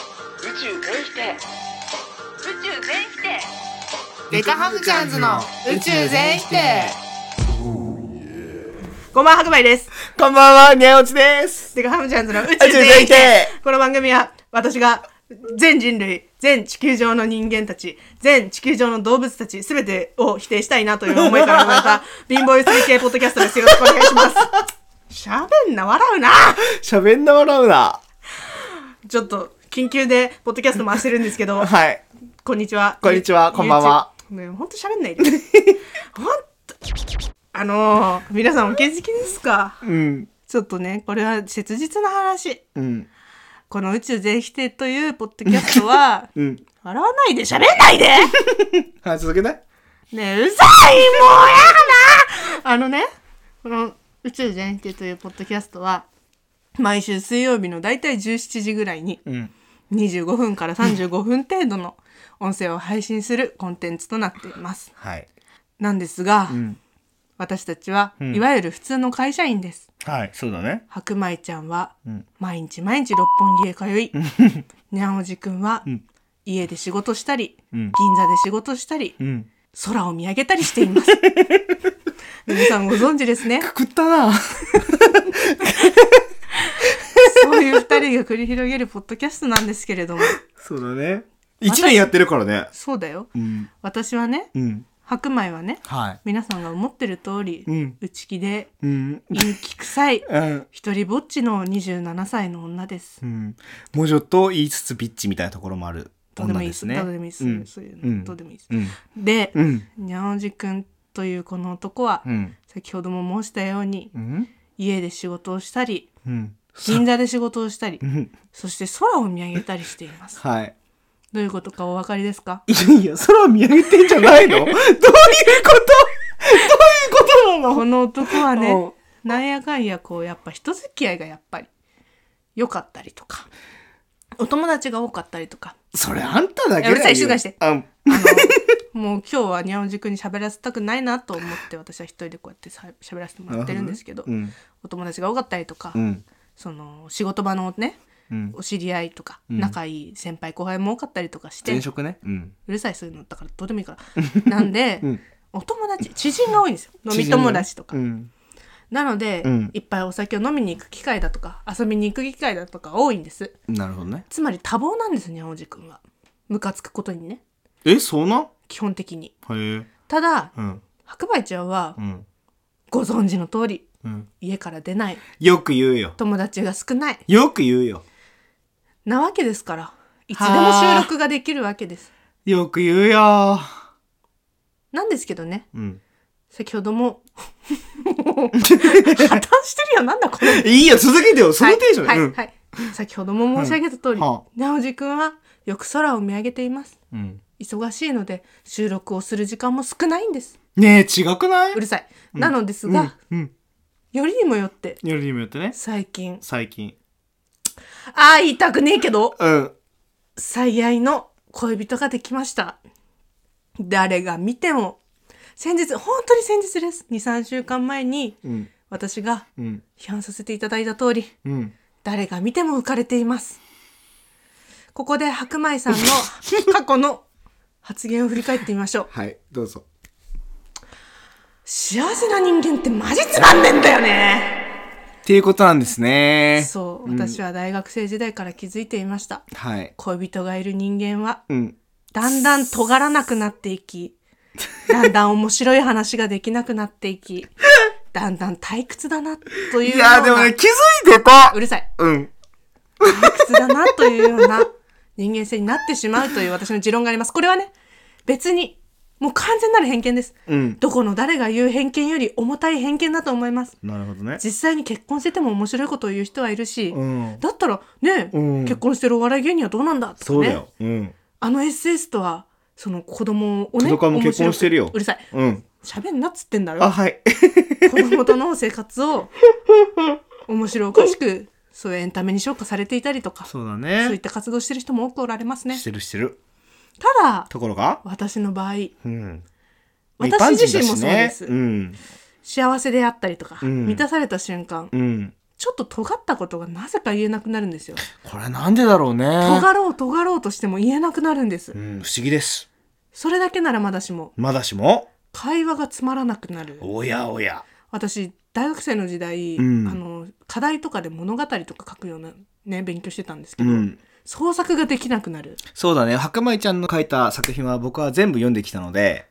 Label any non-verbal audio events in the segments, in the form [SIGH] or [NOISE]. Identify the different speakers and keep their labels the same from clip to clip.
Speaker 1: 宙全否定宇宙全否定
Speaker 2: デカハムチャンズの宇宙全否定こんばんは、白米です。
Speaker 3: こんばんは、にゃおちです。
Speaker 2: デカハムチャンズの宇宙
Speaker 3: 宇宙全
Speaker 2: 全
Speaker 3: 否
Speaker 2: 否
Speaker 3: 定
Speaker 2: 定この番組は、私が、全人類、全地球上の人間たち、全地球上の動物たち、すべてを否定したいなという思いから生まれた、貧乏ゆすり系ポッドキャストです。よろしくお願いします。喋んな、笑うな
Speaker 3: 喋んな笑うな。
Speaker 2: ちょっと、緊急で、ポッドキャスト回してるんですけど、
Speaker 3: はい。
Speaker 2: こんにちは。
Speaker 3: こんにちはこんばんは。
Speaker 2: ねえ、ほんと喋んないで。ほんと。あのー、皆さんお気づきですか
Speaker 3: うん。
Speaker 2: ちょっとね、これは切実な話。
Speaker 3: うん。
Speaker 2: この宇宙全否定というポッドキャスト [LAUGHS] は、
Speaker 3: うん。
Speaker 2: 笑わないで喋んない [LAUGHS] で
Speaker 3: 話し続けて。
Speaker 2: ねえ、うざいもうやだあのね、この宇宙全否定というポッドキャストは、毎週水曜日のだいたい17時ぐらいに、
Speaker 3: うん。
Speaker 2: 25分から35分程度の音声を配信するコンテンツとなっています。
Speaker 3: はい。
Speaker 2: なんですが、
Speaker 3: ん
Speaker 2: 私たちは、
Speaker 3: ん
Speaker 2: いわゆる普通の会社員です。
Speaker 3: はい、そうだね。
Speaker 2: 白米ちゃんは、
Speaker 3: ん
Speaker 2: 毎日毎日六本木へ通い、 [LAUGHS] にゃんおじくんは、家で仕事したり、
Speaker 3: ん
Speaker 2: 銀座で仕事したり、
Speaker 3: うん。
Speaker 2: 空を見上げたりして
Speaker 3: [LAUGHS]
Speaker 2: います。皆さんご存知ですね。
Speaker 3: くくったな。
Speaker 2: そういう二人が繰り広げるポッドキャストなんですけれども、
Speaker 3: そうだね。一年やってるからね。
Speaker 2: そうだよ。
Speaker 3: うん。
Speaker 2: 私はね、
Speaker 3: うん。
Speaker 2: 白米はね、
Speaker 3: はい。
Speaker 2: 皆さんが思ってる通り、
Speaker 3: うん
Speaker 2: 内気で
Speaker 3: うん。
Speaker 2: 陰気臭い
Speaker 3: うん。
Speaker 2: 一人ぼっちの27歳の女です
Speaker 3: う。ん。もうちょっと言いつつビッチみたいなところもある。
Speaker 2: どうでもいい
Speaker 3: 女
Speaker 2: です。どうでもいいです。
Speaker 3: うん
Speaker 2: そういう
Speaker 3: うん
Speaker 2: の、どうでもいいです。
Speaker 3: うん。
Speaker 2: で、
Speaker 3: うん。
Speaker 2: にゃおじくんというこの男は、
Speaker 3: うん。
Speaker 2: 先ほども申したように、
Speaker 3: うん。
Speaker 2: 家で仕事をしたり、
Speaker 3: うん。
Speaker 2: 銀座で仕事をしたり
Speaker 3: う、ん。
Speaker 2: そして空を見上げたりしてい
Speaker 3: [LAUGHS]
Speaker 2: ます。
Speaker 3: はい。
Speaker 2: どういうことかお分かりですか
Speaker 3: いやいや、空を見上げてんじゃないの [LAUGHS] どういうことどういうことなの
Speaker 2: この男はね
Speaker 3: お、
Speaker 2: なんやかんやこう、やっぱ人付き合いがやっぱり良かったりとか、お友達が多かったり
Speaker 3: [LAUGHS]
Speaker 2: とか、
Speaker 3: それあんただけだよ。
Speaker 2: いやうるさい静かにして
Speaker 3: あん
Speaker 2: あのもう今日はにゃおじくんに喋らせたくないなと思って私は一人でこうやってさ喋らせてもらってるんですけど、
Speaker 3: うん。
Speaker 2: お友達が多かったりとか、
Speaker 3: うん。
Speaker 2: その仕事場のね
Speaker 3: うん。
Speaker 2: お知り合いとか、
Speaker 3: うん
Speaker 2: 仲いい先輩後輩も多かったりとかして
Speaker 3: 前
Speaker 2: う
Speaker 3: 職ね。うん。
Speaker 2: るさいそういうのだからどうでもいいから
Speaker 3: [LAUGHS]
Speaker 2: なんで、
Speaker 3: うん
Speaker 2: お友達知人が多いんですよ飲み友達とか、
Speaker 3: うん。
Speaker 2: なので、
Speaker 3: うん
Speaker 2: いっぱいお酒を飲みに行く機会だとか遊びに行く機会だとか多いんです
Speaker 3: なるほどね。
Speaker 2: つまり多忙なんですにゃおじくんはムカつくことにね
Speaker 3: え、そうなん
Speaker 2: 基本的に
Speaker 3: へえ。
Speaker 2: ただ
Speaker 3: うん。
Speaker 2: 白梅ちゃんは
Speaker 3: うん。
Speaker 2: ご存知の通り
Speaker 3: うん。
Speaker 2: 家から出ない
Speaker 3: よく言うよ。
Speaker 2: 友達が少ない
Speaker 3: よく言うよ。
Speaker 2: なわけですからいつでも収録ができるわけです
Speaker 3: よく言うよ。
Speaker 2: なんですけどね
Speaker 3: うん。
Speaker 2: 先ほ
Speaker 3: [LAUGHS]
Speaker 2: ども破綻してるよなんだこれ
Speaker 3: いいよ、続けてよ。そのテンション。
Speaker 2: はい、
Speaker 3: う
Speaker 2: は
Speaker 3: ん
Speaker 2: いはい先ほども申し上げた通り、
Speaker 3: うんは
Speaker 2: なおじくんはよく空を見上げています
Speaker 3: うん。
Speaker 2: 忙しいので収録をする時間も少ないんです
Speaker 3: ねえ、違くないう
Speaker 2: るさい、なのですが、
Speaker 3: うん。
Speaker 2: よりにもよって
Speaker 3: よりにもよってね。
Speaker 2: 最近
Speaker 3: 最近。
Speaker 2: ああ言いたくねえけど
Speaker 3: うん。
Speaker 2: 最愛の恋人ができました。誰が見ても、先日、本当に先日です。2、3週間前に、
Speaker 3: うん。
Speaker 2: 私が
Speaker 3: うん。
Speaker 2: 批判させていただいた通り、
Speaker 3: うん。
Speaker 2: 誰が見ても浮かれています。ここで白
Speaker 3: [LAUGHS]
Speaker 2: 米さんの過去の発言を振り返ってみましょう。
Speaker 3: はい、どうぞ。
Speaker 2: 幸せな人間ってマジつまんねえんだよね
Speaker 3: っていうことなんですね。
Speaker 2: そう、私は大学生時代から気づいていました。
Speaker 3: はい。
Speaker 2: 恋人がいる人間は
Speaker 3: うん。
Speaker 2: だんだん尖らなくなっていき、だんだん面白い話ができなくなってい
Speaker 3: [LAUGHS]
Speaker 2: き、だんだん退屈だなと
Speaker 3: い
Speaker 2: いうよ
Speaker 3: う
Speaker 2: な、
Speaker 3: や、でもね、気づいてた
Speaker 2: うるさい、
Speaker 3: うん。
Speaker 2: 退屈だなというような人間性になってしまうという私の持論があります。これはね、別に、もう完全なる偏見です。
Speaker 3: うん。
Speaker 2: どこの誰が言う偏見より重たい偏見だと思います。
Speaker 3: なるほどね。
Speaker 2: 実際に結婚してても面白いことを言う人はいるし、
Speaker 3: うん。
Speaker 2: だったらね、
Speaker 3: うん
Speaker 2: 結婚してるお笑い芸人はどうなんだとかね。
Speaker 3: そうだよ。うん。
Speaker 2: あの SS とは、その子供をね、
Speaker 3: 角川も結婚してるよ
Speaker 2: 面白くうるさい。
Speaker 3: うん。
Speaker 2: 喋んなっつってんだ
Speaker 3: あ、
Speaker 2: ろ。
Speaker 3: はい。
Speaker 2: 子供との生活を、面白おかしく、
Speaker 3: [LAUGHS]
Speaker 2: そういうエンタメに昇華されていたりとか、そう
Speaker 3: だ
Speaker 2: いっ。た活動してる人も多くおられますね
Speaker 3: し。てるしてる。
Speaker 2: ただ、
Speaker 3: ところが
Speaker 2: 私の場合、
Speaker 3: うん。
Speaker 2: 私自身もそうです
Speaker 3: 一般人だしねうん。
Speaker 2: 幸せであったりとか、
Speaker 3: うん
Speaker 2: 満たされた瞬間、
Speaker 3: うん。
Speaker 2: ちょっと尖ったことがなぜか言えなくなるんですよ。
Speaker 3: これなんでだろうね。
Speaker 2: 尖ろう尖ろうとしても言えなくなるんです
Speaker 3: う。ん、不思議です。
Speaker 2: それだけならまだしも、
Speaker 3: まだしも、
Speaker 2: 会話がつまらなくなる。
Speaker 3: おやおや。
Speaker 2: 私、大学生の時代、
Speaker 3: うん
Speaker 2: あの、課題とかで物語とか書くようなね、勉強してたんですけ
Speaker 3: う
Speaker 2: ど、
Speaker 3: ん。
Speaker 2: 創作ができなくなる。
Speaker 3: そうだね。白米ちゃんの書いた作品は僕は全部読んできたので、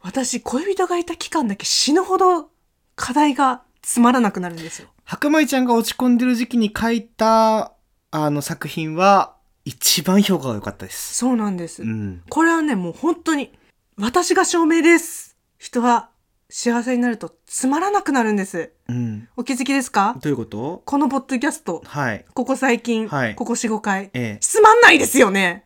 Speaker 2: 私、恋人がいた期間だけ死ぬほど課題がつまらなくなるんですよ。
Speaker 3: 白米ちゃんが落ち込んでる時期に書いた、あの作品は、一番評価が良かったです。
Speaker 2: そうなんです。
Speaker 3: うん。
Speaker 2: これはね、もう本当に、私が証明です。人は幸せになるとつまらなくなるんです。
Speaker 3: うん。
Speaker 2: お気づきですか
Speaker 3: どういうこと
Speaker 2: このポッドキャスト、
Speaker 3: はい。
Speaker 2: ここ最近、
Speaker 3: はい
Speaker 2: ここ4、5回、
Speaker 3: ええ。
Speaker 2: つまんないですよね。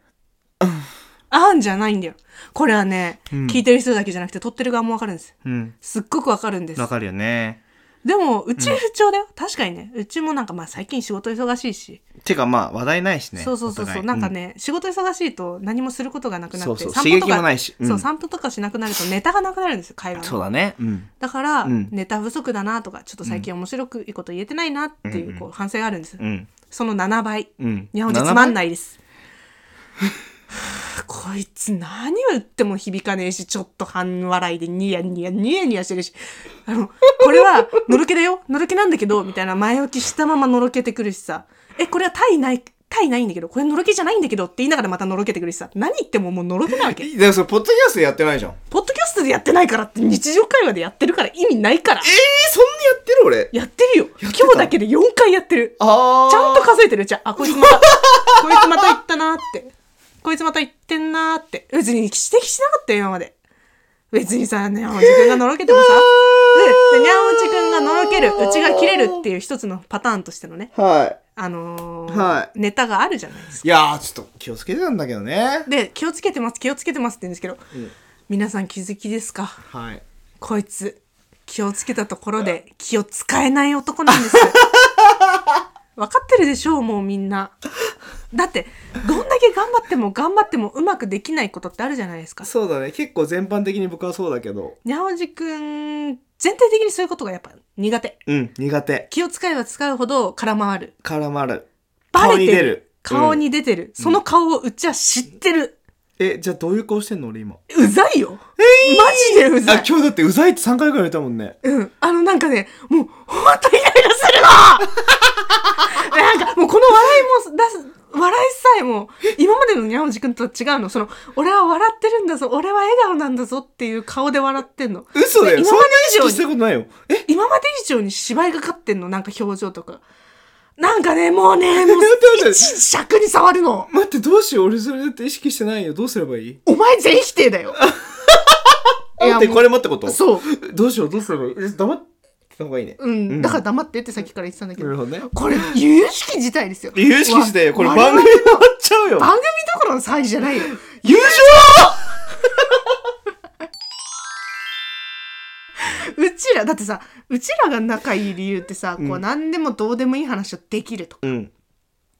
Speaker 2: あんじゃないんだよ。これはね、
Speaker 3: うん
Speaker 2: 聞いてる人だけじゃなくて撮ってる側もわかるんです。
Speaker 3: うん。
Speaker 2: すっごくわかるんです
Speaker 3: わ。かるよね。
Speaker 2: でも、うち不調だよ。確かにね。うちもなんかまあ最近仕事忙しいし。
Speaker 3: てかまあ話題ないしね。
Speaker 2: そうそうそう
Speaker 3: お
Speaker 2: そ
Speaker 3: 互
Speaker 2: う。
Speaker 3: い
Speaker 2: なんか、ね、仕事忙しいと何もすることがなくなって、
Speaker 3: そうそう
Speaker 2: 散歩と
Speaker 3: 刺
Speaker 2: か
Speaker 3: 激もないしうん
Speaker 2: そう、散歩とかしなくなるとネタがなくなるんですよ、会
Speaker 3: うん
Speaker 2: 話
Speaker 3: そう
Speaker 2: の。
Speaker 3: だね。うん。
Speaker 2: だから、
Speaker 3: うん
Speaker 2: ネタ不足だなとか、ちょっと最近面白くいいこと言えてないなっていう、こう、反省があるんです。
Speaker 3: うん。
Speaker 2: その7倍。
Speaker 3: うん。
Speaker 2: 日本人つまん
Speaker 3: い。
Speaker 2: ないです。 [SIGHS] こいつ何を言っても響かねえし、ちょっと半笑いでニヤニヤニヤニヤしてるし、あの、これはのろけだよ、の [LAUGHS] ろけなんだけど、みたいな前置きしたままのろけてくるしさ、え、これは体ない、体ないんだけど、これのろけじゃないんだけどって言いながらまたのろけてくるしさ、何言ってももうのろけなわけ。
Speaker 3: でもそれ、ポッドキャストやってないじゃん。え
Speaker 2: ポッドキャストでやってないからって日常会話でやってるから意味ないから。
Speaker 3: そんなやってる俺。
Speaker 2: やってるよ。今
Speaker 3: ってた
Speaker 2: 日だけで4回やってる。
Speaker 3: あー
Speaker 2: ちゃんと数えてるじゃあ、あこいつまた、こいつまた行ったなーって。こいつまた行ってんなーって。別に指摘しなかったよ、今まで。別にさ、にゃんおじくんがのろけてもさ、で、でにゃんおじくんがのろける、うちが切れるっていう一つのパターンとしてのね、
Speaker 3: はい。
Speaker 2: あのー
Speaker 3: は
Speaker 2: ネタがあるじゃないですか。
Speaker 3: いやー、ちょっと気をつけてたんだけどね。
Speaker 2: で、気をつけてます、気をつけてますって言うんですけど、皆さん気づきですか
Speaker 3: はい。
Speaker 2: こいつ、気をつけたところで気を使えない男なん [LAUGHS] です。分かってるでしょう、もうみんな。だって、どんだけ頑張っても頑張ってもうまくできないことってあるじゃないですか。
Speaker 3: そうだね。結構全般的に僕はそうだけど。
Speaker 2: にゃおじくん、全体的にそういうことがやっぱ苦手。
Speaker 3: うん、苦手。
Speaker 2: 気を使えば使うほど空回る。
Speaker 3: 絡まる。
Speaker 2: バレてる。顔に出
Speaker 3: 出
Speaker 2: る
Speaker 3: る。
Speaker 2: その顔をうちは知ってる。
Speaker 3: え、じゃあどういう顔してんの俺今。
Speaker 2: うざいよ。マジでうざ
Speaker 3: あ
Speaker 2: い、。
Speaker 3: 今日だってうざいって3回ぐらい言ったもんね。
Speaker 2: うん。あの、なんかね、もう、ほんとイライラするの [LAUGHS] なんか、もうこの笑いも出す、笑いさえも、今までのにゃおじくんとは違うの。その、俺は笑ってるんだぞ、俺は笑顔なんだぞっていう顔で笑ってんの。
Speaker 3: 嘘だよ。
Speaker 2: ね
Speaker 3: そんな
Speaker 2: 今まで以上
Speaker 3: 意識
Speaker 2: に
Speaker 3: したことないよ。え
Speaker 2: 今まで以上に芝居がかってんの、なんか表情とか。なんかね、もう [LAUGHS] ね、もう、
Speaker 3: 待って待って
Speaker 2: いちいち尺に触るの。
Speaker 3: 待って、どうしよう。俺それだって意識してないよ。どうすればいい
Speaker 2: お前全否定 [LAUGHS] だよ。いや
Speaker 3: 待って、
Speaker 2: もう
Speaker 3: これ待ってこと
Speaker 2: そう。
Speaker 3: う。どうしよう。どうすればいいえ黙ってた方がいいね。
Speaker 2: うん。
Speaker 3: うん
Speaker 2: だから黙ってってさっきから言ってたんだけ
Speaker 3: な
Speaker 2: ど。
Speaker 3: るほどね。
Speaker 2: これ、有識自体ですよ。
Speaker 3: 有識してよ。これ
Speaker 2: わ
Speaker 3: 番組終わっちゃうよ。
Speaker 2: 番組どころの騒ぎじゃない [LAUGHS] よ。
Speaker 3: 優勝
Speaker 2: うちら、だってさ、うちらが仲いい理由ってさ、こう何でもどうでもいい話をできると
Speaker 3: う
Speaker 2: か。
Speaker 3: ん。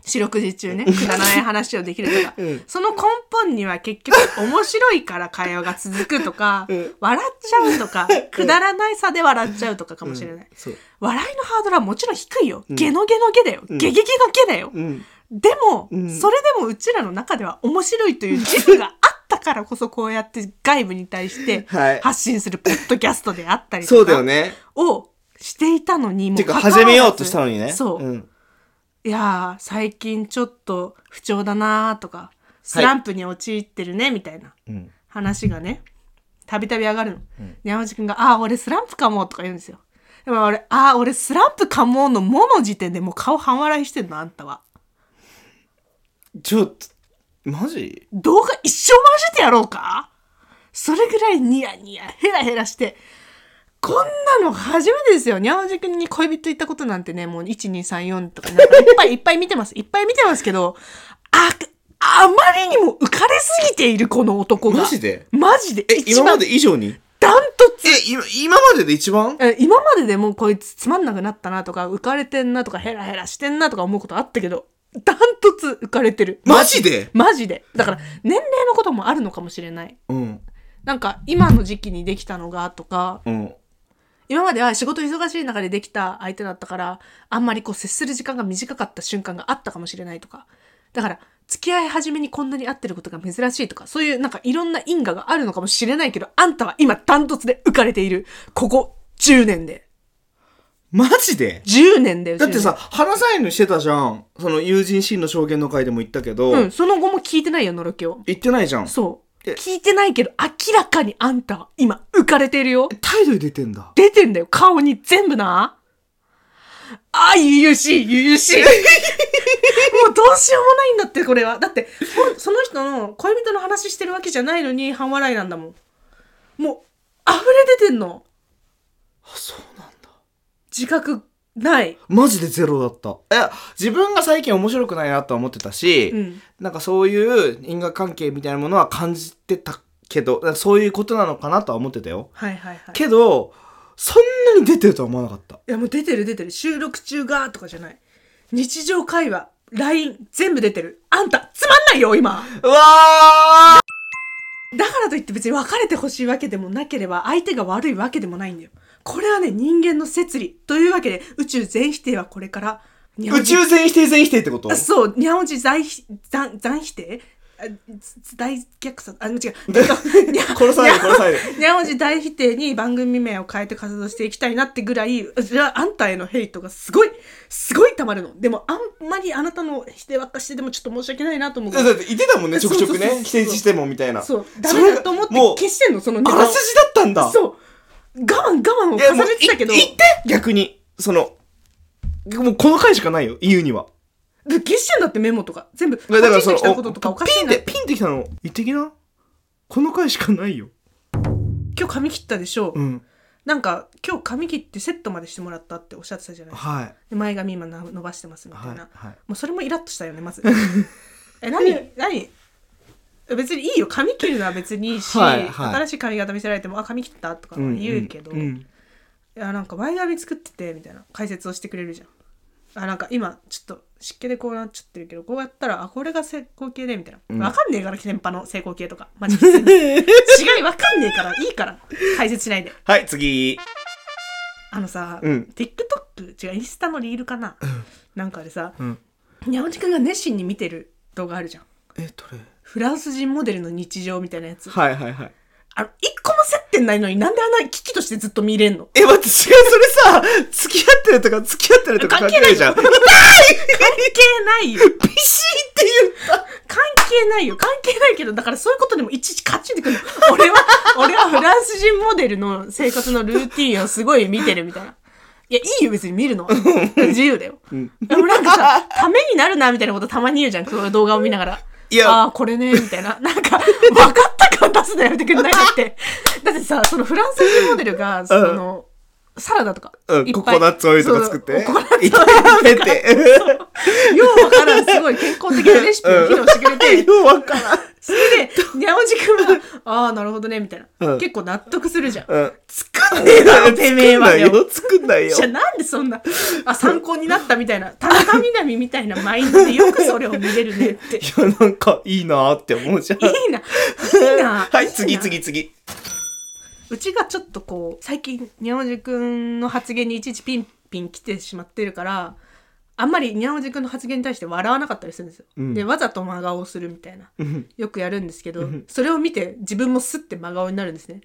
Speaker 2: 四六時中ね、くだらない話をでき [LAUGHS] るとか。
Speaker 3: うん
Speaker 2: その根本には結局面白いから会話が続くとか、
Speaker 3: うん
Speaker 2: 笑っちゃうとか、くだらないさで笑っちゃうとかかもしれない。
Speaker 3: そう。
Speaker 2: 笑いのハードルはもちろん低いよ。ゲノゲノゲだよ。ゲゲゲのゲだよ。
Speaker 3: うん。
Speaker 2: でも、
Speaker 3: ん
Speaker 2: それでもうちらの中では面白いという自負があったからこそこうやって外部に対 [LAUGHS] して
Speaker 3: はい
Speaker 2: 発信するポッドキャストであったり
Speaker 3: そ
Speaker 2: と
Speaker 3: うだよ
Speaker 2: か
Speaker 3: ね。
Speaker 2: をしていたのにも
Speaker 3: てか、
Speaker 2: 関わらず
Speaker 3: 始めようとしたのにね。
Speaker 2: そう、
Speaker 3: うん。
Speaker 2: いやー最近ちょっと不調だなーとかスランプに陥ってるねみたいな
Speaker 3: うん。
Speaker 2: 話がねたびたび上がるの。にゃおじくんが「ああ俺スランプかも」とか言うんですよ。でも俺「ああ俺スランプかも」の「も」の時点でもう顔半笑いしてんのあんたは。
Speaker 3: ちょっと、マジ
Speaker 2: 動画一生回しててやろうかそれぐらいニヤニヤヘラヘラしてこんなの初めてですよにゃおじくんに恋人行ったことなんてねもう1234とかなんかいっぱい [LAUGHS] いっぱい見てますいっぱい見てますけどああまりにも浮かれすぎているこの男が
Speaker 3: マジで
Speaker 2: マジで
Speaker 3: え、
Speaker 2: 一
Speaker 3: 今ま
Speaker 2: 番
Speaker 3: で以上に
Speaker 2: ダントツ
Speaker 3: え、今、今までで一番
Speaker 2: え今まででもうこいつつまんなくなったなとか浮かれてんなとかヘラヘラしてんなとか思うことあったけどダントツ浮かれてる
Speaker 3: マジで
Speaker 2: マジでだから年齢のこともあるのかもしれない
Speaker 3: うん。
Speaker 2: なんか今の時期にできたのがとか
Speaker 3: うん。
Speaker 2: 今までは仕事忙しい中でできた相手だったからあんまりこう接する時間が短かった瞬間があったかもしれないとかだから付き合い始めにこんなに会ってることが珍しいとかそういうなんかいろんな因果があるのかもしれないけどあんたは今ダントツで浮かれているここ10年で
Speaker 3: マジで
Speaker 2: 10年だよ
Speaker 3: だって
Speaker 2: 10
Speaker 3: さ、話さないのしてたじゃん。その友人シーンの証言の回でも言ったけど、
Speaker 2: 年うんその後も聞いてないよのろけを
Speaker 3: 言ってないじゃん。
Speaker 2: そう
Speaker 3: え
Speaker 2: 聞いてないけど明らかにあんたは今浮かれてるよ
Speaker 3: 態度に出てんだ。
Speaker 2: 出てんだよ顔に全部なああゆゆしいゆ
Speaker 3: [LAUGHS]
Speaker 2: ゆしいもうどうしようもないんだってこれはだってほんその人の恋人の話してるわけじゃないのに半笑いなんだもんもう溢れ出てんの
Speaker 3: あ、そうなんだ。
Speaker 2: 自覚ない
Speaker 3: マジでゼロだった。え、自分が最近面白くないなとは思ってたし、
Speaker 2: うん
Speaker 3: なんかそういう因果関係みたいなものは感じてたけど、なんかそういうことなのかなとは思ってたよ。
Speaker 2: はいはいはい
Speaker 3: けど、そんなに出てるとは思わなかった。
Speaker 2: いやもう出てる出てる収録中がとかじゃない日常会話 LINE 全部出てるあんたつまんないよ今
Speaker 3: うわー
Speaker 2: だからといって別に別れてほしいわけでもなければ相手が悪いわけでもないんだよ。これはね人間の摂理というわけで宇宙全否定はこれから日
Speaker 3: 宇宙全否定全否定ってこと
Speaker 2: あそう日本人在否残残否定あつ大虐殺あ違う
Speaker 3: 殺
Speaker 2: 殺
Speaker 3: される殺
Speaker 2: [LAUGHS]
Speaker 3: される
Speaker 2: 日本人大否定に番組名を変えて活動していきたいなってぐらいうわあんたへのヘイトがすごいすごい溜まるのでもあんまりあなたの否定ばっかしてでもちょっと申し訳ないなと思う
Speaker 3: だって言ってたもんね、ちょくちょく
Speaker 2: そうそうそうそ
Speaker 3: ね。
Speaker 2: う
Speaker 3: 否定してもみたいな。
Speaker 2: そうダメだと思って消
Speaker 3: し
Speaker 2: してんのその
Speaker 3: あらすじだったんだ。
Speaker 2: そう。我慢我慢を
Speaker 3: いや、も
Speaker 2: 重
Speaker 3: う
Speaker 2: ねてたけど、
Speaker 3: い言って逆に。その、もうこの回しかないよ、言うには。
Speaker 2: で消してんだってメモとか、全部、ポチ
Speaker 3: だ
Speaker 2: ン
Speaker 3: から
Speaker 2: と
Speaker 3: その、
Speaker 2: きたこととかおかし
Speaker 3: ピ
Speaker 2: い
Speaker 3: ンっ
Speaker 2: な。
Speaker 3: て、ピンってきたの。言ってきな。この回しかないよ。
Speaker 2: 今日髪切ったでしょ、
Speaker 3: うん。
Speaker 2: なんか、今日髪切ってセットまでしてもらったっておっしゃってたじゃないですか。
Speaker 3: はい。
Speaker 2: で前髪今な伸ばしてますみたいな。
Speaker 3: はいはい
Speaker 2: もうそれもイラッとしたよね、ま
Speaker 3: [LAUGHS]
Speaker 2: ず。え、何何別にいいよ髪切るのは別にいいし、
Speaker 3: はいはい
Speaker 2: 新しい髪型見せられても「あ髪切った」とか言うけど、
Speaker 3: んん
Speaker 2: いやなんか前髪作っててみたいな解説をしてくれるじゃんあなんか今ちょっと湿気でこうなっちゃってるけどこうやったらあこれが成功形でみたいな、わかんねえから先輩の成功形
Speaker 3: [LAUGHS]
Speaker 2: とかマジで違いわかんねえからいいから解説しないで
Speaker 3: はい、次。
Speaker 2: あのさ、
Speaker 3: うん
Speaker 2: TikTok 違うインスタのリールかな、なんかでさ
Speaker 3: うん。
Speaker 2: 山内くんが熱心に見てる動画あるじゃん
Speaker 3: え、どれ
Speaker 2: フランス人モデルの日常みたいなやつ
Speaker 3: はいはいはい。
Speaker 2: あの一個も接点ないのになんであんな危機としてずっと見れんの
Speaker 3: え、待って、違う、それさ、付き合ってるとか、付き合ってるとか関係ないじゃん。ビシーっ
Speaker 2: 関係ないよ
Speaker 3: て言った。
Speaker 2: 関係ないよ関係ないけどだからそういうことでもいちいちカチンってくるの [LAUGHS] 俺は俺はフランス人モデルの生活のルーティンをすごい見てるみたいないやいいよ別に見るのは自由だよ、でもなんかさためになるなみたいなことたまに言うじゃんそういう動画を見ながら
Speaker 3: いや
Speaker 2: ああこれねみたいななんか分かった感出すのやめてくれないだってだってさそのフランス人モデルがその、サラダとか、
Speaker 3: うん、
Speaker 2: いっ
Speaker 3: コ
Speaker 2: ぱい
Speaker 3: コナッツオイルとか作って。
Speaker 2: そうココナッツオイル
Speaker 3: 炒めて。
Speaker 2: ようわからんすごい健康的なレシピを披露してくれて、
Speaker 3: ようわからん。
Speaker 2: それで、にゃおじくんは、ああ、なるほどね、みたいな、
Speaker 3: うん
Speaker 2: 結構納得するじゃん。
Speaker 3: うん。
Speaker 2: 作んねえだろ、てめえはよ。
Speaker 3: よ。作んないよ
Speaker 2: じゃあ。なんでそんな、あ、参考になったみたいな、田中みな実みたいなマインドでよくそれを見れるねって。い
Speaker 3: いや、なんか、いいなーって思うじゃん。
Speaker 2: いな、いい
Speaker 3: [LAUGHS]
Speaker 2: な。
Speaker 3: はいい、
Speaker 2: な
Speaker 3: 次、。次、次。
Speaker 2: うちがちょっとこう、最近、にゃおじくんの発言にいちいちピンピン来てしまってるから、あんまりにゃおじくんの発言に対して笑わなかったりするんですよ。
Speaker 3: ん
Speaker 2: で、わざと真顔をするみたいな。
Speaker 3: うん
Speaker 2: よくやるんですけど、それを見て自分もスッて真顔になるんですね。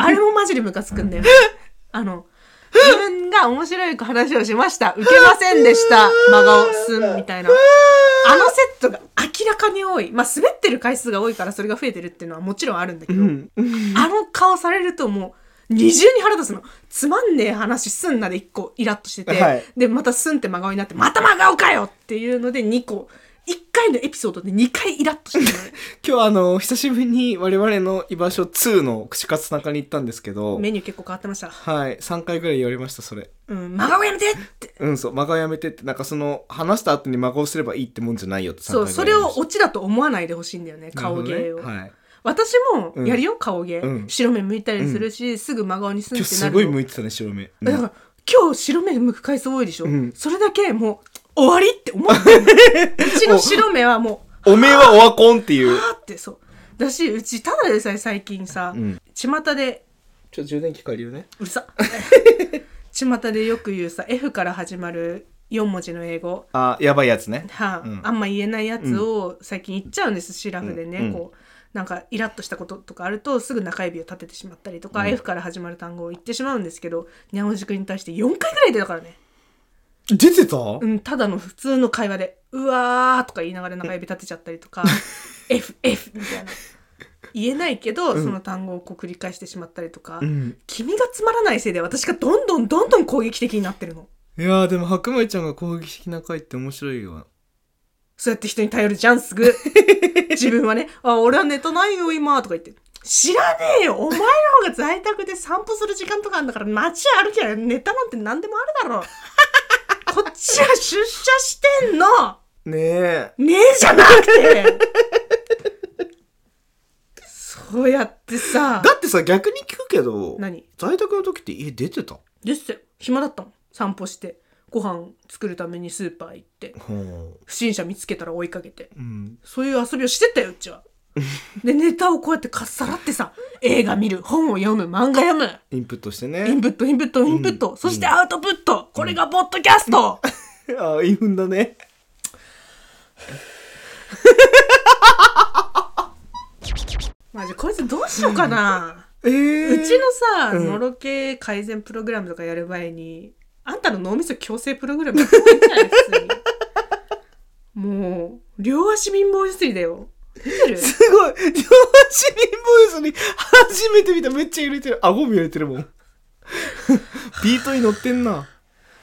Speaker 2: あれもマジでムカつくん
Speaker 3: [LAUGHS]
Speaker 2: だよ。あの、自分が面白い話をしました。受けませんでした。真顔すんみたいな。あのセットが明らかに多い。まあ、滑ってる回数が多いからそれが増えてるっていうのはもちろんあるんだけど、
Speaker 3: うん。
Speaker 2: あの顔されるともう二重に腹立つの。つまんねえ話すんなで一個イラッとしてて、
Speaker 3: はい
Speaker 2: で、またすんって真顔になって、また真顔かよっていうので2個。1回のエピソードで2回イラッとしてるのね。
Speaker 3: 今日、あの、久しぶりに我々の居場所2の串カツ田中に行ったんですけど、
Speaker 2: メニュー結構変わってました。
Speaker 3: はい、3回ぐらい言われました、それ。
Speaker 2: うん、真顔やめてって。
Speaker 3: [LAUGHS] うん、そう、真顔やめてって、なんかその、話した後に真顔すればいいってもんじゃないよって3回
Speaker 2: そ
Speaker 3: ぐ
Speaker 2: う、
Speaker 3: らい
Speaker 2: それ
Speaker 3: 言わ
Speaker 2: をオチだと思わないでほしいんだよね、顔芸を。
Speaker 3: ましたはい。
Speaker 2: 私もやるよ、顔芸、
Speaker 3: うん
Speaker 2: 白目向いたりするし、すぐ真顔にすん
Speaker 3: 今
Speaker 2: っ
Speaker 3: 日
Speaker 2: てな
Speaker 3: す
Speaker 2: る
Speaker 3: ごい
Speaker 2: の
Speaker 3: 向いてたね、白 [LAUGHS] 目。うん
Speaker 2: だから、今日白目向く回数多いでしょ、
Speaker 3: うん
Speaker 2: それだけもう、終わりって思ってる
Speaker 3: [LAUGHS]
Speaker 2: うちの白目はもう、
Speaker 3: おめえはオワコンっていう。
Speaker 2: あーってそう。だし、うちただでさえ最近さ、
Speaker 3: うん
Speaker 2: 巷で
Speaker 3: ちょっと充電器借りるね。[LAUGHS]
Speaker 2: うさ巷でよく言うさ F から始まる4文字の英語
Speaker 3: あ、やばいやつね。
Speaker 2: はあ
Speaker 3: うん
Speaker 2: あんま言えないやつを最近言っちゃうんです、シラフでね、
Speaker 3: うん
Speaker 2: こうなんかイラッとしたこととかあるとすぐ中指を立ててしまったりとか、F から始まる単語を言ってしまうんですけどにゃんおじくんに対して4回ぐらい出たからね、
Speaker 3: 出てた、
Speaker 2: うん、ただの普通の会話で「うわー」とか言いながら中指立てちゃった
Speaker 3: [LAUGHS]
Speaker 2: りとか「FF」みたいな言えないけど、
Speaker 3: うん
Speaker 2: その単語をこう繰り返してしまったりとか、
Speaker 3: うん。
Speaker 2: 君がつまらないせいで私がどんどんどんどん攻撃的になってるの
Speaker 3: いやーでも白米ちゃんが攻撃的な回って面白いよ。
Speaker 2: そうやって人に頼るじゃん、す [LAUGHS] ぐ。自分はね、あ、俺はネタないよ、今、とか言って。知らねえよお前の方が在宅で散歩する時間とかあんだから街歩きゃネタなんて何でもあ [LAUGHS] るだろ。こっちは出社してんの
Speaker 3: ねえ。
Speaker 2: ねえじゃなくてそうやってさ、
Speaker 3: だってさ、逆に聞くけど、
Speaker 2: 何
Speaker 3: 在宅の時って家出てた
Speaker 2: ですよ。暇だったもん。散歩して。ご飯作るためにスーパー行って。
Speaker 3: ほ
Speaker 2: 不審者見つけたら追いかけて。
Speaker 3: う。うん。
Speaker 2: そういう遊びをしてったよ、うちは。で、ネタをこうやってかっさらってさ、映画見る、本を読む、漫画読む、
Speaker 3: インプットして
Speaker 2: イン
Speaker 3: ね。
Speaker 2: プット、インプット、インプット、
Speaker 3: うん
Speaker 2: そしてアウトプット、これがポッドキャスト、
Speaker 3: ああ、インフンだね。
Speaker 2: マジ、こいつどうしようかな。
Speaker 3: ええ
Speaker 2: うちのさ、
Speaker 3: うん
Speaker 2: のろけ改善プログラムとかやる前に、あんたの脳みそ矯正プログラムやった方がいいんじゃない普通にもう、両足貧乏ゆすりだよ。見て
Speaker 3: [LAUGHS]
Speaker 2: る
Speaker 3: すごい両足貧乏ゆすり初めて見ためっちゃ揺れてる顎も揺れてるもん [LAUGHS] ビートに乗ってんな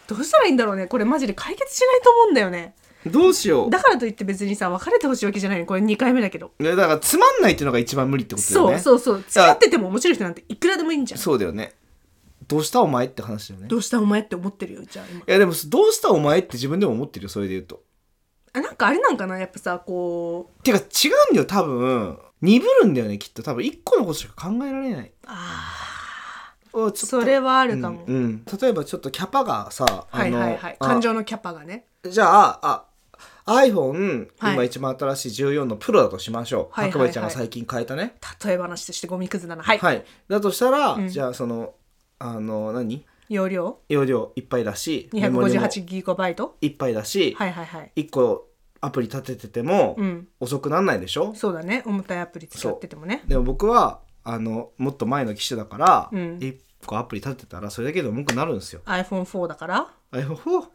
Speaker 2: どうしたらいいんだろうねこれマジで解決しないと思うんだよね。
Speaker 3: どうしよう
Speaker 2: だからといって別にさ別れてほしいわけじゃないのこれ2回目だけど、
Speaker 3: いやだからつまんないっていうのが一番無理ってことだよ
Speaker 2: そう
Speaker 3: ね
Speaker 2: そうそう付き合ってても面白い人なんていくらでもいいんじゃん
Speaker 3: そうだよねどうしたお前って話だよね
Speaker 2: どうしたお前って思ってるよじゃあ今
Speaker 3: いやでもどうしたお前って自分でも思ってるよそれで言うと
Speaker 2: あなんかあれなんかなやっぱさこう
Speaker 3: てか違うんだよ多分鈍るんだよねきっと多分一個のことしか考えられない
Speaker 2: あ
Speaker 3: おちょっと
Speaker 2: それはあるかも、
Speaker 3: うんうん例えばちょっとキャパがさあ
Speaker 2: はい
Speaker 3: の
Speaker 2: はいはい
Speaker 3: あ
Speaker 2: 感情のキャパがね
Speaker 3: じゃあ、あ、iPhone、
Speaker 2: はい
Speaker 3: 今一番新しい14のプロだとしましょう。
Speaker 2: はいはいはい
Speaker 3: 白米ちゃんが最近変えたね。
Speaker 2: 例え話としてゴミくずだなはい、
Speaker 3: はい。だとしたら、
Speaker 2: ん
Speaker 3: じゃあその、あの、何
Speaker 2: 容量
Speaker 3: 容量いっぱいだし、メモリも
Speaker 2: 258ギガバイト
Speaker 3: いっぱいだし、
Speaker 2: はいはいはい
Speaker 3: 一1個アプリ立ててても、
Speaker 2: うん
Speaker 3: 遅くなんないでしょ
Speaker 2: そうだね重たいアプリ使っててもね
Speaker 3: でも僕は、あの、もっと前の機種だから、
Speaker 2: うん
Speaker 3: 一1個アプリ立てたらそれだけで重くなるんですよ。
Speaker 2: iPhone4 だから、
Speaker 3: iPhone4!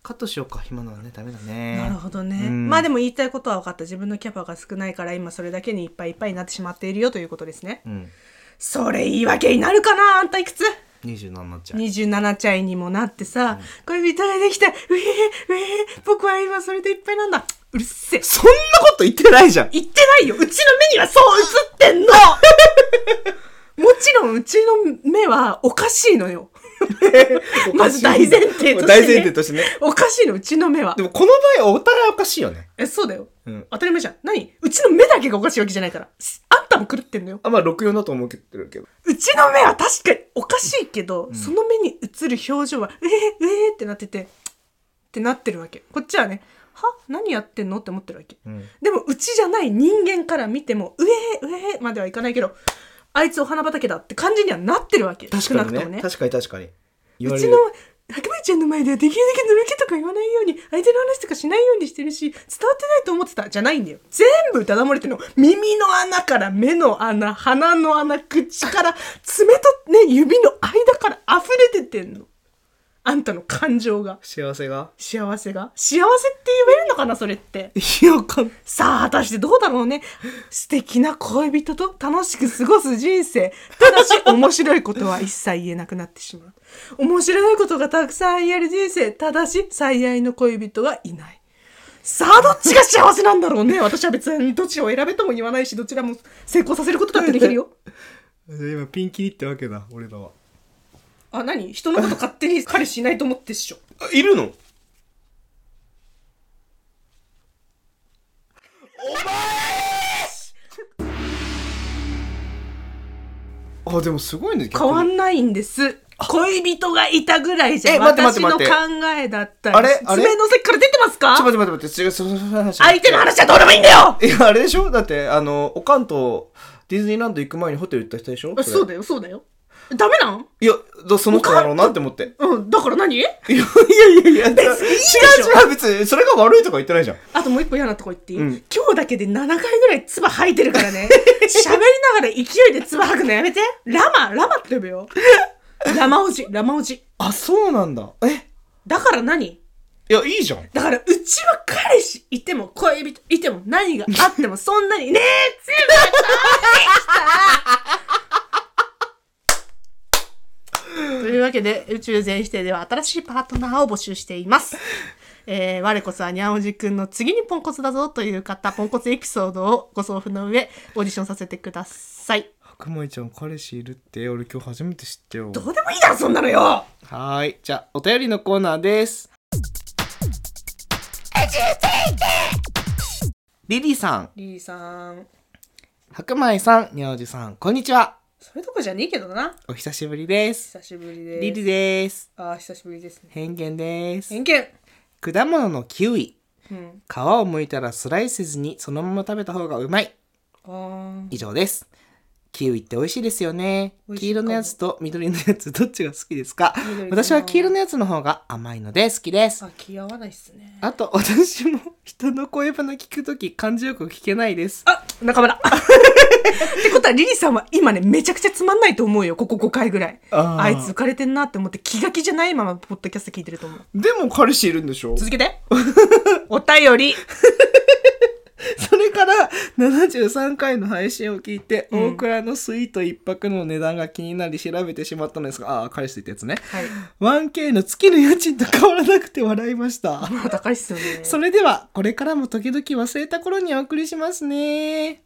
Speaker 3: カットしようか。今のはね、ダメだね。
Speaker 2: なるほどね、
Speaker 3: うん
Speaker 2: まあでも言いたいことは分かった自分のキャパが少ないから今それだけにいっぱいいっぱいになってしまっているよということですね
Speaker 3: うん。
Speaker 2: それ言い訳になるかなあんたいくつ
Speaker 3: 27になっちゃう。
Speaker 2: 27歳にもなってさ、恋人ができたうえうえ僕は今それでいっぱいなんだうるせえ
Speaker 3: そんなこと言ってないじゃ
Speaker 2: [LAUGHS]
Speaker 3: ん
Speaker 2: 言ってないようちの目にはそう映ってんのもちろんうちの目はおかしいのよまず大前提としてね
Speaker 3: 大前提としてね。
Speaker 2: おかしいのうちの目は
Speaker 3: でもこの場合お互いおかしいよね。
Speaker 2: えそうだよ
Speaker 3: うん。
Speaker 2: 当たり前じゃん何うちの目だけがおかしいわけじゃないからすあんたも狂ってんのよ
Speaker 3: あ、まあ64だと思うけど。
Speaker 2: うちの目は確かにおかしいけど、その目に映る表情は、えー、えー、ってなってて、ってなってるわけ。こっちはね、は何やってんのって思ってるわけ。
Speaker 3: うん。
Speaker 2: でも、うちじゃない人間から見ても、うえー、うえー、まではいかないけど、あいつお花畑だって感じにはなってるわけ。
Speaker 3: 確かに
Speaker 2: 少なくとも
Speaker 3: ね。確かに確かに。言わ
Speaker 2: う
Speaker 3: れ
Speaker 2: ち
Speaker 3: る
Speaker 2: の。白米ちゃんの前ではできるだけのろけとか言わないように相手の話とかしないようにしてるし伝わってないと思ってたじゃないんだよ全部ただ漏れてるの耳の穴から目の穴鼻の穴口から爪とね指の間から溢れててんのあんたの感情が
Speaker 3: 幸せが
Speaker 2: 幸せが幸せって言えるのかなそれって
Speaker 3: いや、わかん
Speaker 2: さあ果たしてどうだろうね素敵な恋人と楽しく過ごす人生ただし面白いことは一切言えなくなってしまう面白いことがたくさん言える人生ただし最愛の恋人がいないさあどっちが幸せなんだろうね私は別にどっちを選べとも言わないしどちらも成功させることだってでき
Speaker 3: [LAUGHS]
Speaker 2: るよ
Speaker 3: 今ピンキリってわけだ、俺らは。
Speaker 2: あ何人のこと勝手に彼氏いないと思ってっしょ
Speaker 3: あ、いるのお前あ、でもすごいね。逆に
Speaker 2: 変わんないんです恋人がいたぐらいじゃ
Speaker 3: え待って待
Speaker 2: 私
Speaker 3: って
Speaker 2: の考
Speaker 3: 待って
Speaker 2: えだった
Speaker 3: あれあれ
Speaker 2: 爪の先から出てますか
Speaker 3: ちょ、待って待って待って、違う、そそその話。
Speaker 2: 相手の話はどうでもいいんだよ
Speaker 3: いや、あれでしょだって、あの、おかんとディズニーランド行く前にホテル行った人でしょ
Speaker 2: あそう
Speaker 3: で
Speaker 2: だよそうだよダメなん
Speaker 3: いやだその人だろうなって思って
Speaker 2: うんだから何
Speaker 3: いやいやいやいや違う違う別にそれが悪いとか言ってないじゃん
Speaker 2: あともう一個嫌なとこ言っていい、
Speaker 3: うん
Speaker 2: 今日だけで7回ぐらい唾吐いてるか
Speaker 3: [LAUGHS]
Speaker 2: らね喋りながら勢いで唾吐くのやめてラマラマって呼ぶよラマおじラマおじ
Speaker 3: あそうなんだえ
Speaker 2: だから何
Speaker 3: いやいいじゃん
Speaker 2: だからうちは彼氏いても恋人いても何があってもそんなにねえつぶという [LAUGHS] わけで宇宙全否定では新しいパートナーを募集しています。えー、我こそはにゃおじくんの次にポンコツだぞという方、ポンコツエピソードをご送付の上、オーディションさせてください。
Speaker 3: 白米ちゃん彼氏いるって俺今日初めて知ったよ
Speaker 2: どうでもいいだろ、そんなのよ
Speaker 3: はーいじゃあお便りのコーナーですリリーさん
Speaker 2: リーさん、
Speaker 3: 白米さんにゃおじさんこんにちは
Speaker 2: それどこじゃねえけどな。
Speaker 3: お久しぶりです
Speaker 2: 久しぶりで
Speaker 3: リリです
Speaker 2: ああ、久しぶりですね。
Speaker 3: 偏見です
Speaker 2: 偏見
Speaker 3: 果物のキウイ
Speaker 2: うん。
Speaker 3: 皮を剥いたらスライスせずにそのまま食べた方がうまい
Speaker 2: あー。
Speaker 3: 以上ですキウイって美味しいですよね
Speaker 2: 美味し
Speaker 3: 黄
Speaker 2: いか
Speaker 3: 色
Speaker 2: も
Speaker 3: のやつと緑のやつどっちが好きですか
Speaker 2: 緑かな
Speaker 3: 私は黄色のやつの方が甘いので好きです
Speaker 2: あ、気合わないっすね。
Speaker 3: あと私も人の声話聞くとき感じよく聞けないです
Speaker 2: あ、中村。ってことは、リリさんは今ね、めちゃくちゃつまんないと思うよ、ここ5回ぐらい。
Speaker 3: あー
Speaker 2: あいつ浮かれてんなって思って、気が気じゃないまま、ポッドキャスト聞いてると思う。
Speaker 3: でも彼氏いるんでしょ
Speaker 2: 続けて。 [LAUGHS] お便り。
Speaker 3: [LAUGHS] それから73回の配信を聞いて、
Speaker 2: うん
Speaker 3: 大倉のスイート一泊の値段が気になり調べてしまったのですがああ彼氏といったやつね
Speaker 2: はい。
Speaker 3: 1K の月の家賃と変わらなくて笑いました
Speaker 2: まあ、高いっ [LAUGHS] すよね。
Speaker 3: それではこれからも時々忘れた頃にお送りしますね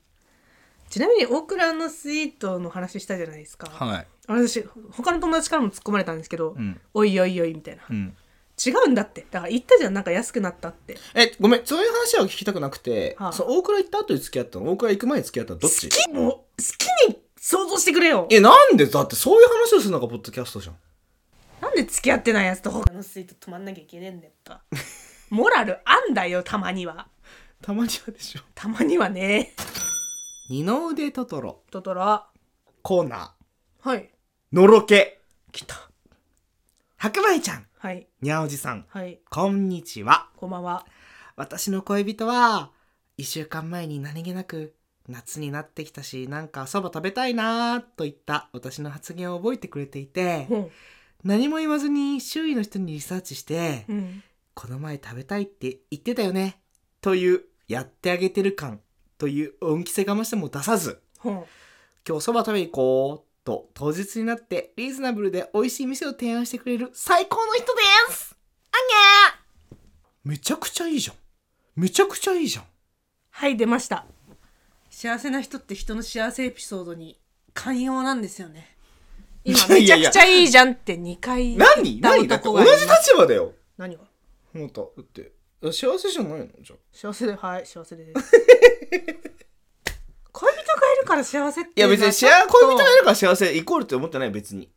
Speaker 2: ちなみに、大倉のスイートの話したじゃないですか。
Speaker 3: はい
Speaker 2: あれ私、他の友達からも突っ込まれたんですけど、
Speaker 3: ん
Speaker 2: おいおいおい、みたいな。
Speaker 3: うん
Speaker 2: 違うんだって。だから言ったじゃん、なんか安くなったって。
Speaker 3: えごめんそういう話は聞きたくなくて、
Speaker 2: はい
Speaker 3: そう大倉行った後に付き合ったの大倉行く前に付き合ったのどっち
Speaker 2: 好きも、好きに想像してくれよ。
Speaker 3: えなんでだってそういう話をするのがポッドキャストじゃん
Speaker 2: なんで付き合ってないやつと他のスイート止まんなきゃいけねえんだよやっぱモラルあんだよたまには
Speaker 3: たまにはでしょ
Speaker 2: たまにはね
Speaker 3: 二の腕トトロ
Speaker 2: トトロは
Speaker 3: コーナ
Speaker 2: い
Speaker 3: ーのろけ
Speaker 2: 来た
Speaker 3: 白米ちゃん
Speaker 2: はい
Speaker 3: にゃおじさん
Speaker 2: はい
Speaker 3: こんにちは
Speaker 2: こんばんは
Speaker 3: 私の恋人は1週間前に何気なく夏になってきたしなんかそば食べたいなーといった私の発言を覚えてくれてい [LAUGHS] て
Speaker 2: ほん
Speaker 3: 何も言わずに周囲の人にリサーチして
Speaker 2: うん
Speaker 3: 「この前食べたいって言ってたよね」というやってあげてる感という恩着せがましても出さず
Speaker 2: ほん
Speaker 3: 今日そば食べに行こうと当日になってリーズナブルで美味しい店を提案してくれる最高の人ですあげーめちゃくちゃいいじゃんめちゃくちゃいいじゃん
Speaker 2: はい出ました幸せな人って人の幸せエピソードに寛容なんですよね今め
Speaker 3: い
Speaker 2: ち
Speaker 3: や
Speaker 2: ゃ
Speaker 3: いや
Speaker 2: くちゃいいじゃんって2回言
Speaker 3: 何
Speaker 2: った
Speaker 3: 何だって同
Speaker 2: 男が
Speaker 3: じ
Speaker 2: います
Speaker 3: 立場だよ
Speaker 2: 何が
Speaker 3: 本当だって幸せじゃないのじゃ
Speaker 2: 幸せではい幸せです
Speaker 3: [LAUGHS]
Speaker 2: 恋人がいるから幸せってい
Speaker 3: いや別に幸せ恋人がいるから幸せイコールって思ってない別に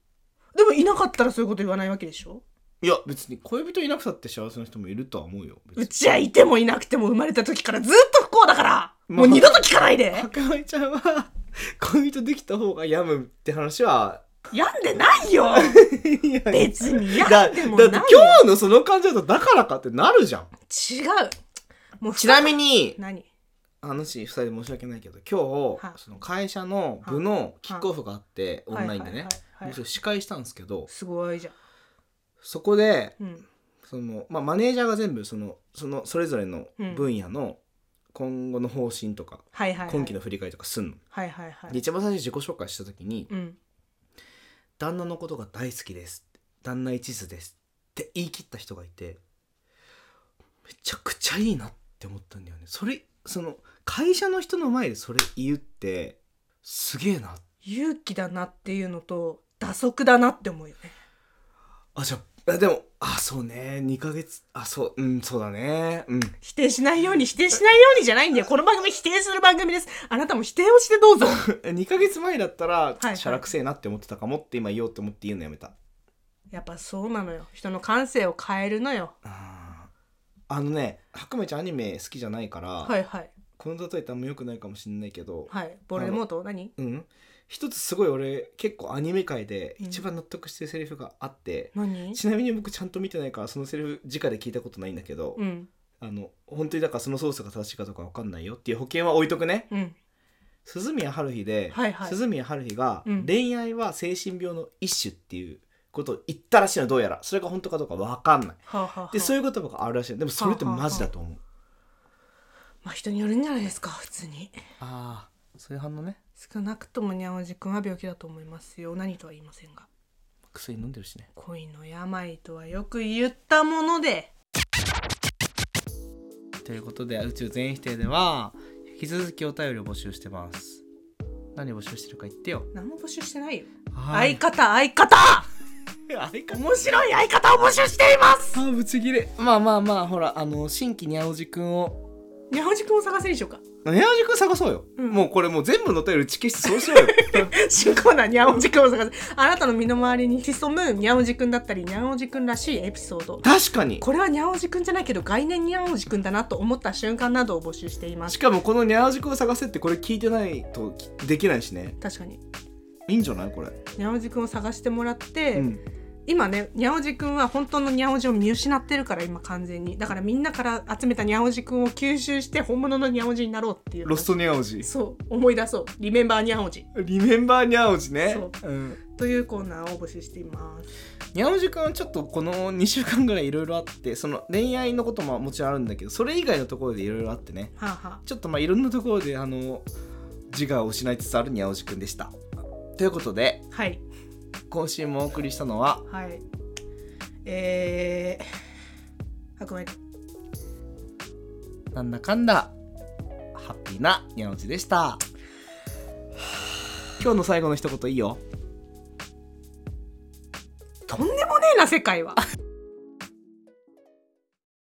Speaker 2: でもいなかったらそういうこと言わないわけでしょ
Speaker 3: いや別に恋人いなくたって幸せな人もいるとは思うよ別に
Speaker 2: うちはいてもいなくても生まれた時からずっと不幸だからもう二度と聞かないで
Speaker 3: 赤米ちゃんは恋人できた方が病むって話は
Speaker 2: 病んでな
Speaker 3: [LAUGHS]
Speaker 2: いよ
Speaker 3: いや
Speaker 2: 別に病
Speaker 3: だだっ
Speaker 2: ん
Speaker 3: て
Speaker 2: でも
Speaker 3: 今
Speaker 2: ないよ
Speaker 3: 日のその感じだとだからかってなるじゃん
Speaker 2: 違うもう
Speaker 3: ちなみ
Speaker 2: に
Speaker 3: に
Speaker 2: 何
Speaker 3: 話2人で申し訳ないけど今
Speaker 2: はい
Speaker 3: 日その会社の部のキックオフがあってオンラインで
Speaker 2: は
Speaker 3: ね
Speaker 2: いはいはいはい
Speaker 3: もうそれ司会したんですけど
Speaker 2: すごいじゃん
Speaker 3: そこで
Speaker 2: うん
Speaker 3: その、まあ、マネージャーが全部そのそのそれぞれの分野の今後の方針とか、
Speaker 2: はいはいはい
Speaker 3: 今期の振り返りとかすんの、
Speaker 2: はいはいは
Speaker 3: で
Speaker 2: い
Speaker 3: 一番最初に自己紹介した時に
Speaker 2: うん
Speaker 3: 「旦那のことが大好きです」「旦那一途です」って言い切った人がいてめちゃくちゃいいなって思ったんだよねそれその会社の人の前でそれ言うってすげえな
Speaker 2: 勇気だなっていうのと打足だなって思うよね
Speaker 3: あじゃああでもあそうね2ヶ月あそううんそうだねうん [LAUGHS]
Speaker 2: 否定しないように否定しないようにじゃないんだよこの番組否定する番組ですあなたも否定をしてどうぞ
Speaker 3: 2ヶ月前だったら
Speaker 2: はい
Speaker 3: しゃらくせえなって思ってたかもって今言おうと思って言うのやめた
Speaker 2: やっぱそうなのよ人の感性を変えるのよ
Speaker 3: あーあのね白米ちゃんアニメ好きじゃないから、
Speaker 2: はいはい
Speaker 3: この例えってあんま良くないかもしれないけど、
Speaker 2: はいボルデモート何
Speaker 3: うん一つすごい俺結構アニメ界で一番納得してるセリフがあって、
Speaker 2: 何
Speaker 3: ちなみに僕ちゃんと見てないからそのセリフ直で聞いたことないんだけど、
Speaker 2: うん
Speaker 3: あの本当にだからそのソースが正しいかとか分かんないよっていう保険は置いとくね
Speaker 2: うん
Speaker 3: 鈴宮春日で、
Speaker 2: はいはい
Speaker 3: 鈴宮春日が
Speaker 2: うん
Speaker 3: 恋愛は精神病の一種っていうことを言ったらしいのどうやらそれが本当かどうか分かんない
Speaker 2: はあ、はあはあ、
Speaker 3: でそういう言葉があるらしいのでもそれってマジだと思う
Speaker 2: まあ人によるんじゃないですか普通に
Speaker 3: ああそういう反応ね
Speaker 2: 少なくともにゃおじくんは病気だと思いますよ何とは言いませんが
Speaker 3: 薬飲んでるしね
Speaker 2: 恋の病とはよく言ったもので
Speaker 3: ということで宇宙全否定では引き続きお便りを募集してます何募集してるか言ってよ
Speaker 2: 何も募集してないよ
Speaker 3: は
Speaker 2: 相方相方
Speaker 3: 相方
Speaker 2: 面白い相方を募集しています
Speaker 3: あーぶち切れまあまあまあほらあの新規にゃおじくんを
Speaker 2: にゃおじくんを探せにしようか [LAUGHS]
Speaker 3: にゃおじくん探そうよ、
Speaker 2: うん
Speaker 3: もうこれもう全部のお便り打ち消してそうしようよ [LAUGHS]
Speaker 2: 新コーナーにゃおじくんを探せあなたの身の回りに潜むにゃおじくんだったりにゃおじくんらしいエピソード
Speaker 3: 確かに
Speaker 2: これはにゃおじくんじゃないけど概念にゃおじくんだなと思った瞬間などを募集していま
Speaker 3: し
Speaker 2: す
Speaker 3: かもこのにゃおじくんを探せってこれ聞いてないときできないしね
Speaker 2: 確かに
Speaker 3: いいんじゃないこれ、
Speaker 2: にゃおじくんを探してもらって、
Speaker 3: うん、
Speaker 2: 今ねにゃおじくんは本当のにゃおじを見失ってるから今完全にだからみんなから集めたにゃおじくんを吸収して本物のにゃおじになろうっていう
Speaker 3: ロストにゃおじ
Speaker 2: そう思い出そうリメンバーにゃおじ
Speaker 3: リメンバーにゃおじね
Speaker 2: そ
Speaker 3: うん
Speaker 2: というコーナーを募集しています
Speaker 3: にゃおじくんはちょっとこの2週間ぐらいいろいろあってその恋愛のことももちろんあるんだけどそれ以外のところでいろいろあってね
Speaker 2: はあ、は
Speaker 3: ちょっとまあいろんなところであの自我を失いつつあるにゃおじくんでしたということで
Speaker 2: あ、はい
Speaker 3: 今週もお送りしたのは
Speaker 2: はいえー、白米
Speaker 3: なんだかんだハッピーなにゃおじでした今日の最後の一言いいよ
Speaker 2: とんでもねえな世界は